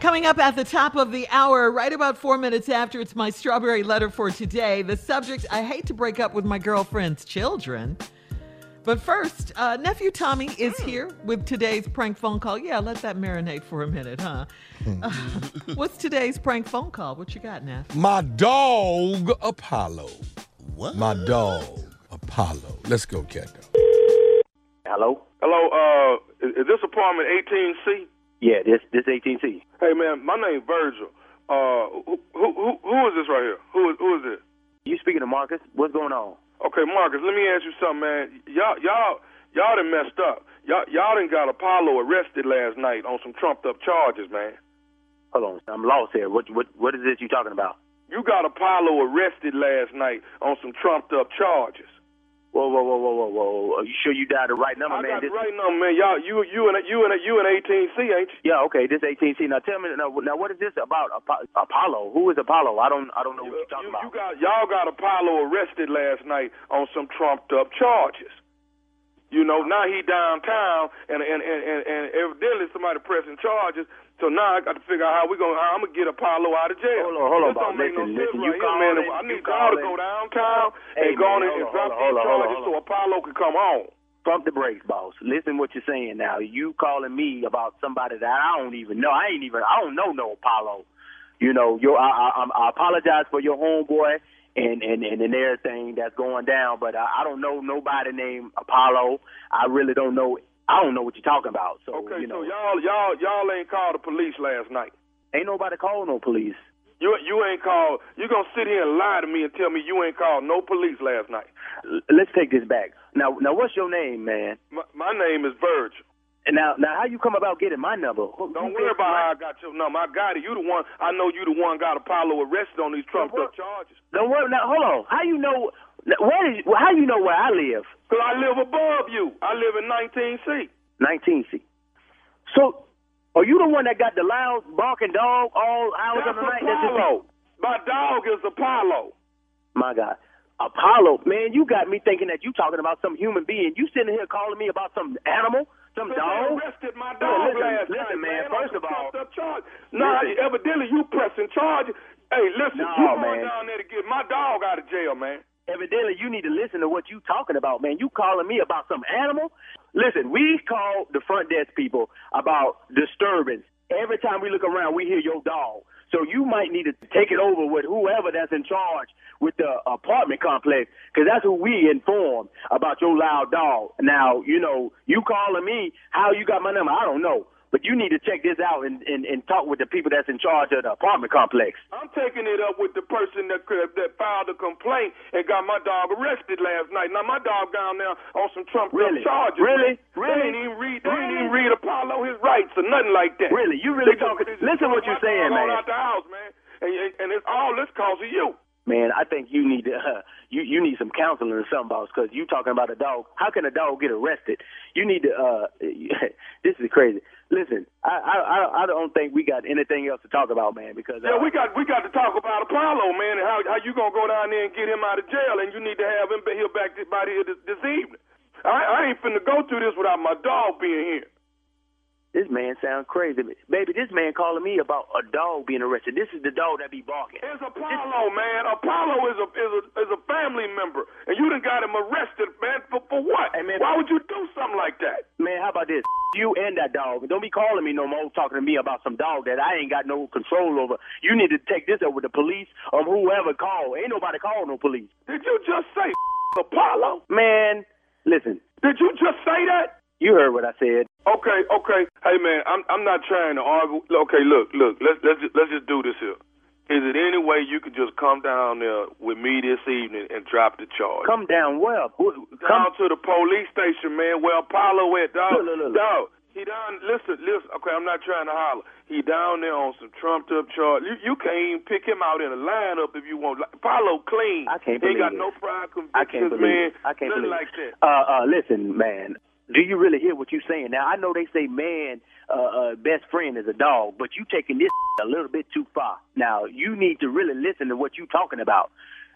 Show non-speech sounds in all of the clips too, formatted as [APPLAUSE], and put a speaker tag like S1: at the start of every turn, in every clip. S1: Coming up at the top of the hour, right about four minutes after, it's my strawberry letter for today. The subject I hate to break up with my girlfriend's children. But first, uh, nephew Tommy is here with today's prank phone call. Yeah, let that marinate for a minute, huh? Uh, what's today's prank phone call? What you got, Neff?
S2: My dog Apollo.
S3: What?
S2: My dog Apollo. Let's go, Kendo.
S4: Hello?
S5: Hello, uh, is, is this apartment 18C?
S4: Yeah, this this AT&T.
S5: Hey, man, my name Virgil. Uh, who, who, who- who is this right here? Who is, who is it?
S4: You speaking to Marcus? What's going on?
S5: Okay, Marcus, let me ask you something, man. Y'all, y'all, y'all done messed up. Y'all, y'all done got Apollo arrested last night on some trumped up charges, man.
S4: Hold on, I'm lost here. What what what is this you talking about?
S5: You got Apollo arrested last night on some trumped up charges.
S4: Whoa, whoa, whoa, whoa, whoa, whoa! Are you sure you dialed the right number,
S5: I
S4: man?
S5: got
S4: This,
S5: the right number, man. Y'all, you, you and you and you and 18C, ain't you?
S4: Yeah, okay. This AT&T. Now tell me, now, now what is this about Apo- Apollo? Who is Apollo? I don't I don't know what you're talking
S5: you,
S4: about.
S5: you got y'all got Apollo arrested last night on some trumped up charges. You know, now he downtown and and and and, and evidently somebody pressing charges. So now I got to figure out how we gonna how I'm gonna get Apollo out of jail.
S4: Hold on, hold on,
S5: This don't
S4: Bob.
S5: make no
S4: Listen,
S5: sense
S4: listen, you
S5: right
S4: call
S5: here, man.
S4: in,
S5: I
S4: you
S5: need
S4: call
S5: y'all to
S4: in.
S5: go downtown
S4: Hey,
S5: and go on
S4: man,
S5: in and
S4: hold on,
S5: drop
S4: hold on,
S5: these
S4: hold on,
S5: charges
S4: hold on.
S5: so Apollo could come home.
S4: Pump the brakes, boss. Listen what you're saying now. You calling me about somebody that I don't even know. I ain't even I don't know no Apollo. You know, your I, I, I'm- I apologize for your homeboy and and and, and everything that's going down, but I, I don't know nobody named Apollo. I really don't know. I don't know what you're talking about. So
S5: Okay,
S4: you know,
S5: so y'all y'all y'all ain't called the police last night.
S4: ain't nobody calling no police.
S5: You you ain't called. You gonna sit here and lie to me and tell me you ain't called no police last night.
S4: L- let's take this back. Now, now, what's your name, man?
S5: My, my name is Virgil.
S4: And now, now, how you come about getting my number? Who- who
S5: Don't worry
S4: said-
S5: about how I got your number. I got it. You the one. I know you the one got Apollo arrested on these trumped up charges.
S4: Don't worry. Now, hold on. How you know? now, Where is? How you know where I live?
S5: Cause I live above you. I live in 19C.
S4: 19C. So, are you the one that got the loud barking dog all hours
S5: That's
S4: of the night? oh,
S5: Apollo. My dog is Apollo.
S4: My God. Apollo, man, you got me thinking that you talking about some human being. You sitting here calling me about some animal, some
S5: They
S4: dog.
S5: arrested my
S4: Man,
S5: dog
S4: listen,
S5: last
S4: listen,
S5: night,
S4: man,
S5: on
S4: first of
S5: some
S4: all-
S5: trumped up charge. Nah,
S4: Listen.
S5: evidently you pressing charges. Hey, listen,
S4: No,
S5: you going
S4: man.
S5: down there to get my dog out of jail, man.
S4: Evidently, you need to listen to what you talking about, man. You calling me about some animal? Listen, we call the front desk people about disturbance. Every time we look around, we hear your dog. So you might need to take it over with whoever that's in charge with the apartment complex, because that's who we inform about your loud dog. Now, you know, you calling me, how you got my number, I don't know. But you need to check this out and, and, and talk with the people that's in charge of the apartment complex.
S5: I'm taking it up with the person that could, that filed a complaint and got my dog arrested last night. Now my dog down there on some Trump
S4: Really?
S5: charges.
S4: Really?
S5: They
S4: Really?
S5: ain't even read. They ain't
S4: Really?
S5: even read Apollo his rights or nothing like that.
S4: Really? You really
S5: They just-
S4: talking-
S5: they just
S4: listen what
S5: threw
S4: you're
S5: my
S4: saying,
S5: dog
S4: man.
S5: All out the house, man. And, and, and it's all this cause of you.
S4: Man, I think you need to, [LAUGHS] uh, you you need some counseling or something, boss. Because you talking about a dog. How can a dog get arrested? You need to. uh [LAUGHS] This is crazy. Listen, I I I- I don't think we got anything else to talk about, man. Because uh,
S5: Yeah, we got we got to talk about Apollo, man, and how how you gonna go down there and get him out of jail, and you need to have him be- here back th- by here this, this evening. I, I ain't finna go through this without my dog being here.
S4: this man sounds crazy, baby. This man calling me about a dog being arrested. This is the dog that be barking.
S5: It's Apollo, man. Apollo is a is a is a family member, and you done got him arrested, man. For for what?
S4: Hey, man.
S5: Why would you do something like that?
S4: Man, how about this? You and that dog. Don't be calling me no more, talking to me about some dog that I ain't got no control over. You need to take this up with the police or whoever called. Ain't nobody called no police.
S5: Did you just say [LAUGHS] Apollo?
S4: Man, listen.
S5: Did you just say that?
S4: You heard what I said.
S5: Okay, okay. Hey man, I'm I'm not trying to argue. Okay, look, look. Let's let's just, let's just do this here. Is it any way you could just come down there with me this evening and drop the charge?
S4: Come down well. Who- Come.
S5: down to the police station, man. Where Apollo at, dog?
S4: Look, look, look, look.
S5: Dog. He down. Listen, listen. Okay, I'm not trying to holler. He down there on some trumped up charge. You, you can't even pick him out in a lineup if you want. Like, Apollo clean.
S4: I can't believe
S5: He ain't got
S4: it.
S5: no prior convictions,
S4: I can't
S5: man.
S4: believe. It. I can't
S5: Nothing
S4: believe.
S5: like that.
S4: Uh, uh, listen, man. Do you really hear what you're saying? Now I know they say man, uh, uh, best friend is a dog, but you taking this a little bit too far. Now you need to really listen to what you're talking about.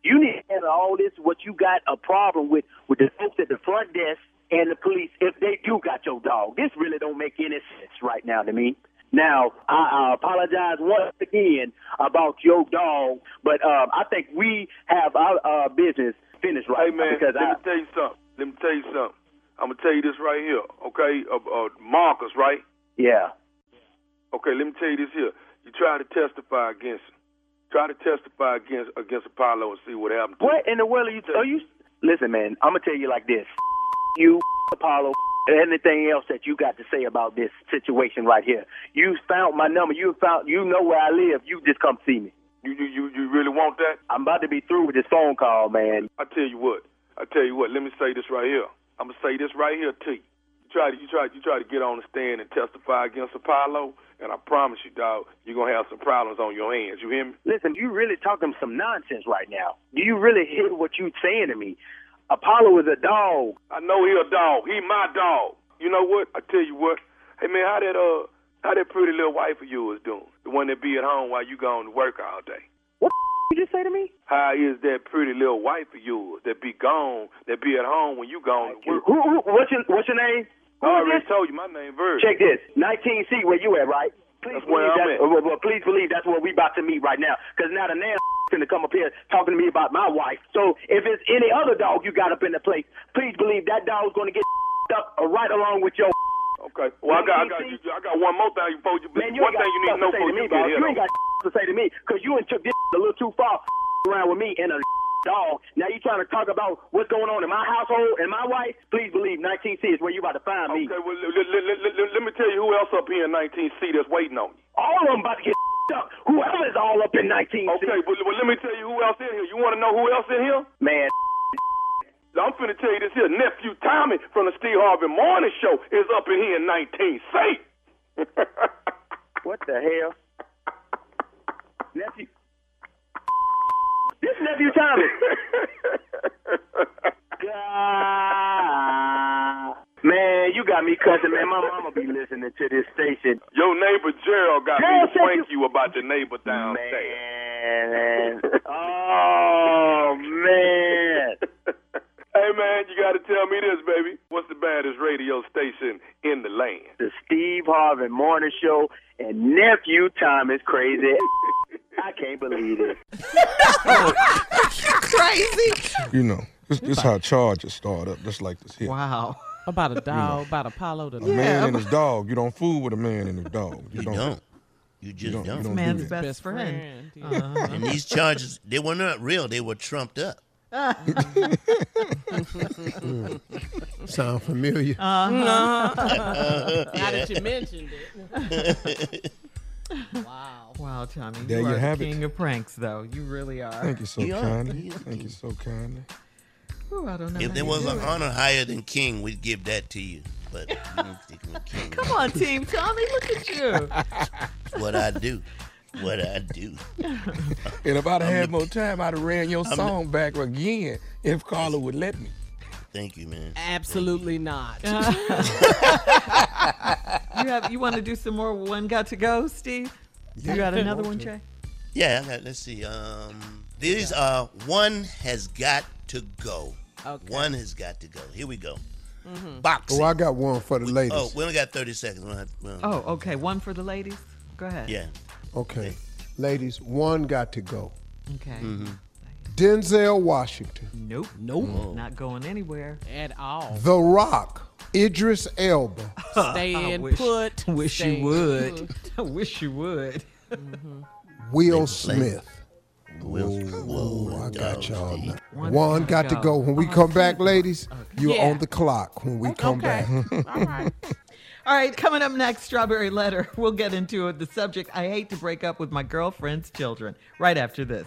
S4: You need to handle all this. What you got a problem with with the folks at the front desk and the police if they do got your dog. This really don't make any sense right now to me. Now, I, I apologize once again about your dog, but um, I think we have our uh, business finished right
S5: Hey man,
S4: now because
S5: let
S4: I,
S5: me tell you something. Let me tell you something. I'm gonna tell you this right here, okay? Uh, uh, Marcus, right?
S4: yeah,
S5: Okay, let me tell you this here. You try to testify against him. Try to testify against against Apollo and see what happens.
S4: What in the world are you? Are you? Listen, man, I'm gonna tell you like this: you, Apollo, and anything else that you got to say about this situation right here. You found my number. You found. You know where I live. You just come see me.
S5: You you you, you really want that?
S4: I'm about to be through with this phone call, man.
S5: I tell you what. I tell you what. Let me say this right here. I'm gonna say this right here to you. You try to you try you try to get on the stand and testify against Apollo, and I promise you, dog, you're gonna have some problems on your hands. You hear me?
S4: Listen, you really talking some nonsense right now. Do you really hear what you saying to me? Apollo is a dog.
S5: I know he a dog. He my dog. You know what? I tell you what. Hey man, how that uh how that pretty little wife of yours doing? The one that be at home while you gone to work all day.
S4: What the you just say to me?
S5: How is that pretty little wife of yours that be gone, that be at home when you gone to
S4: Who,
S5: work?
S4: who, what's your What's your name? Who
S5: I
S4: is
S5: already
S4: this?
S5: told you my name Virgil.
S4: Check this. 19C, where you at, right? Please
S5: That's where
S4: believe
S5: I'm
S4: that's-
S5: at.
S4: Well, well, please believe that's where we about to meet right now. Because now the [LAUGHS] man going to come up here talking to me about my wife. So if it's any other dog you got up in the place, please believe that dog's going to get [LAUGHS] up right along with your. [LAUGHS]
S5: Okay. Well, I got, I got,
S4: You
S5: I got one more thing you before you.
S4: Man, you
S5: one
S4: ain't got
S5: thing you need to know
S4: stuff to say to
S5: before
S4: me,
S5: you
S4: boss.
S5: get here.
S4: You ain't got to say to me because you and took this [LAUGHS] a little too far around with me and a [LAUGHS] dog. Now you trying to talk about what's going on in my household and my wife? Please believe 19C is where you about to find me.
S5: Okay. Well, let, let, let, let, let me tell you who else up here in 19C that's waiting on you.
S4: All of them about to get [LAUGHS] up. Whoever's all up in 19C.
S5: Okay. Well, well, let me tell you who else in here. You want to know who else in here?
S4: Man,
S5: Now, I'm finna tell you this here. Nephew Tommy from the Steve Harvey Morning Show is up in here in 19C.
S4: what the hell? nephew. This nephew Tommy. God. Man, you got me cussing, man. My mama be listening to this station.
S5: [LAUGHS] Your neighbor Gerald got
S4: Gerald
S5: me to
S4: said
S5: prank
S4: you-
S5: you about the neighbor downstairs.
S4: Man. Oh, man.
S5: hey man, you gotta tell me this, baby. What's the baddest radio station in the land?
S4: The Steve Harvey Morning Show and nephew Tom is crazy. I can't believe it.
S1: Crazy.
S2: You know, this, this how charges start up, just like this here.
S1: Wow.
S3: About a dog, about Apollo. The
S2: A man and his dog. You don't fool with a man and his dog. You,
S6: You
S2: don't.
S6: don't. You
S2: You
S6: just
S2: don't.
S6: don't.
S2: you don't do
S1: Man's
S2: that.
S1: best,
S3: best
S1: friend.
S3: friend. yeah.
S6: And these charges, they were not real. They were trumped up.
S7: [LAUGHS] Sound familiar?
S3: Now that you mentioned it. wow.
S1: Wow, Tommy.
S2: There
S1: you
S2: you
S1: are
S2: have
S1: the
S2: it.
S1: king of pranks, though. You really are.
S2: Thank you so
S6: You are.
S2: kindly.
S6: You are
S2: Thank you so kindly.
S1: Ooh, I don't know.
S6: If
S1: how
S6: there
S1: you
S6: was
S1: do
S6: an
S1: it.
S6: honor higher than king, we'd give that to you. But you don't think we're king.
S1: Come on, team Tommy. Look at you.
S6: What I do. What I do.
S2: And if I'd have had more time, I'd have ran your song back again if Carla would let me.
S6: Thank you, man.
S1: [LAUGHS]
S3: Absolutely not.
S1: You have. You want to do some more? One got to go, Steve. you got another one, Trey?
S6: Yeah, I got, let's see. Um, these are one has got to go.
S3: Okay.
S6: One has got to go. Here we go. Boxing.
S7: Oh, I got one for the ladies.
S6: Oh, we only got 30 seconds. We don't have- we don't-
S1: Oh, okay. One for the ladies. Go ahead.
S6: Yeah.
S7: okay. Ladies, one got to go.
S1: Okay.
S7: Denzel Washington,
S1: Nope.
S3: nope.
S1: Not going anywhere.
S3: At all.
S7: The Rock, Idris Elba,
S1: I
S3: Stay in
S1: wish-
S3: put.
S1: Wish you
S3: Stay in
S1: would.
S3: put.
S1: [LAUGHS] I wish you would.
S7: Will Smith.
S6: Will, whoa,
S7: I got y'all. now.
S1: One
S7: One,
S1: got
S7: got, to
S1: to
S7: go.
S1: go.
S7: When we come back, ladies, you're
S3: Yeah.
S7: on the clock when we come back.
S1: All right, coming up next, Strawberry Letter. We'll get into it. The subject I hate to break up with my girlfriend's children right after this.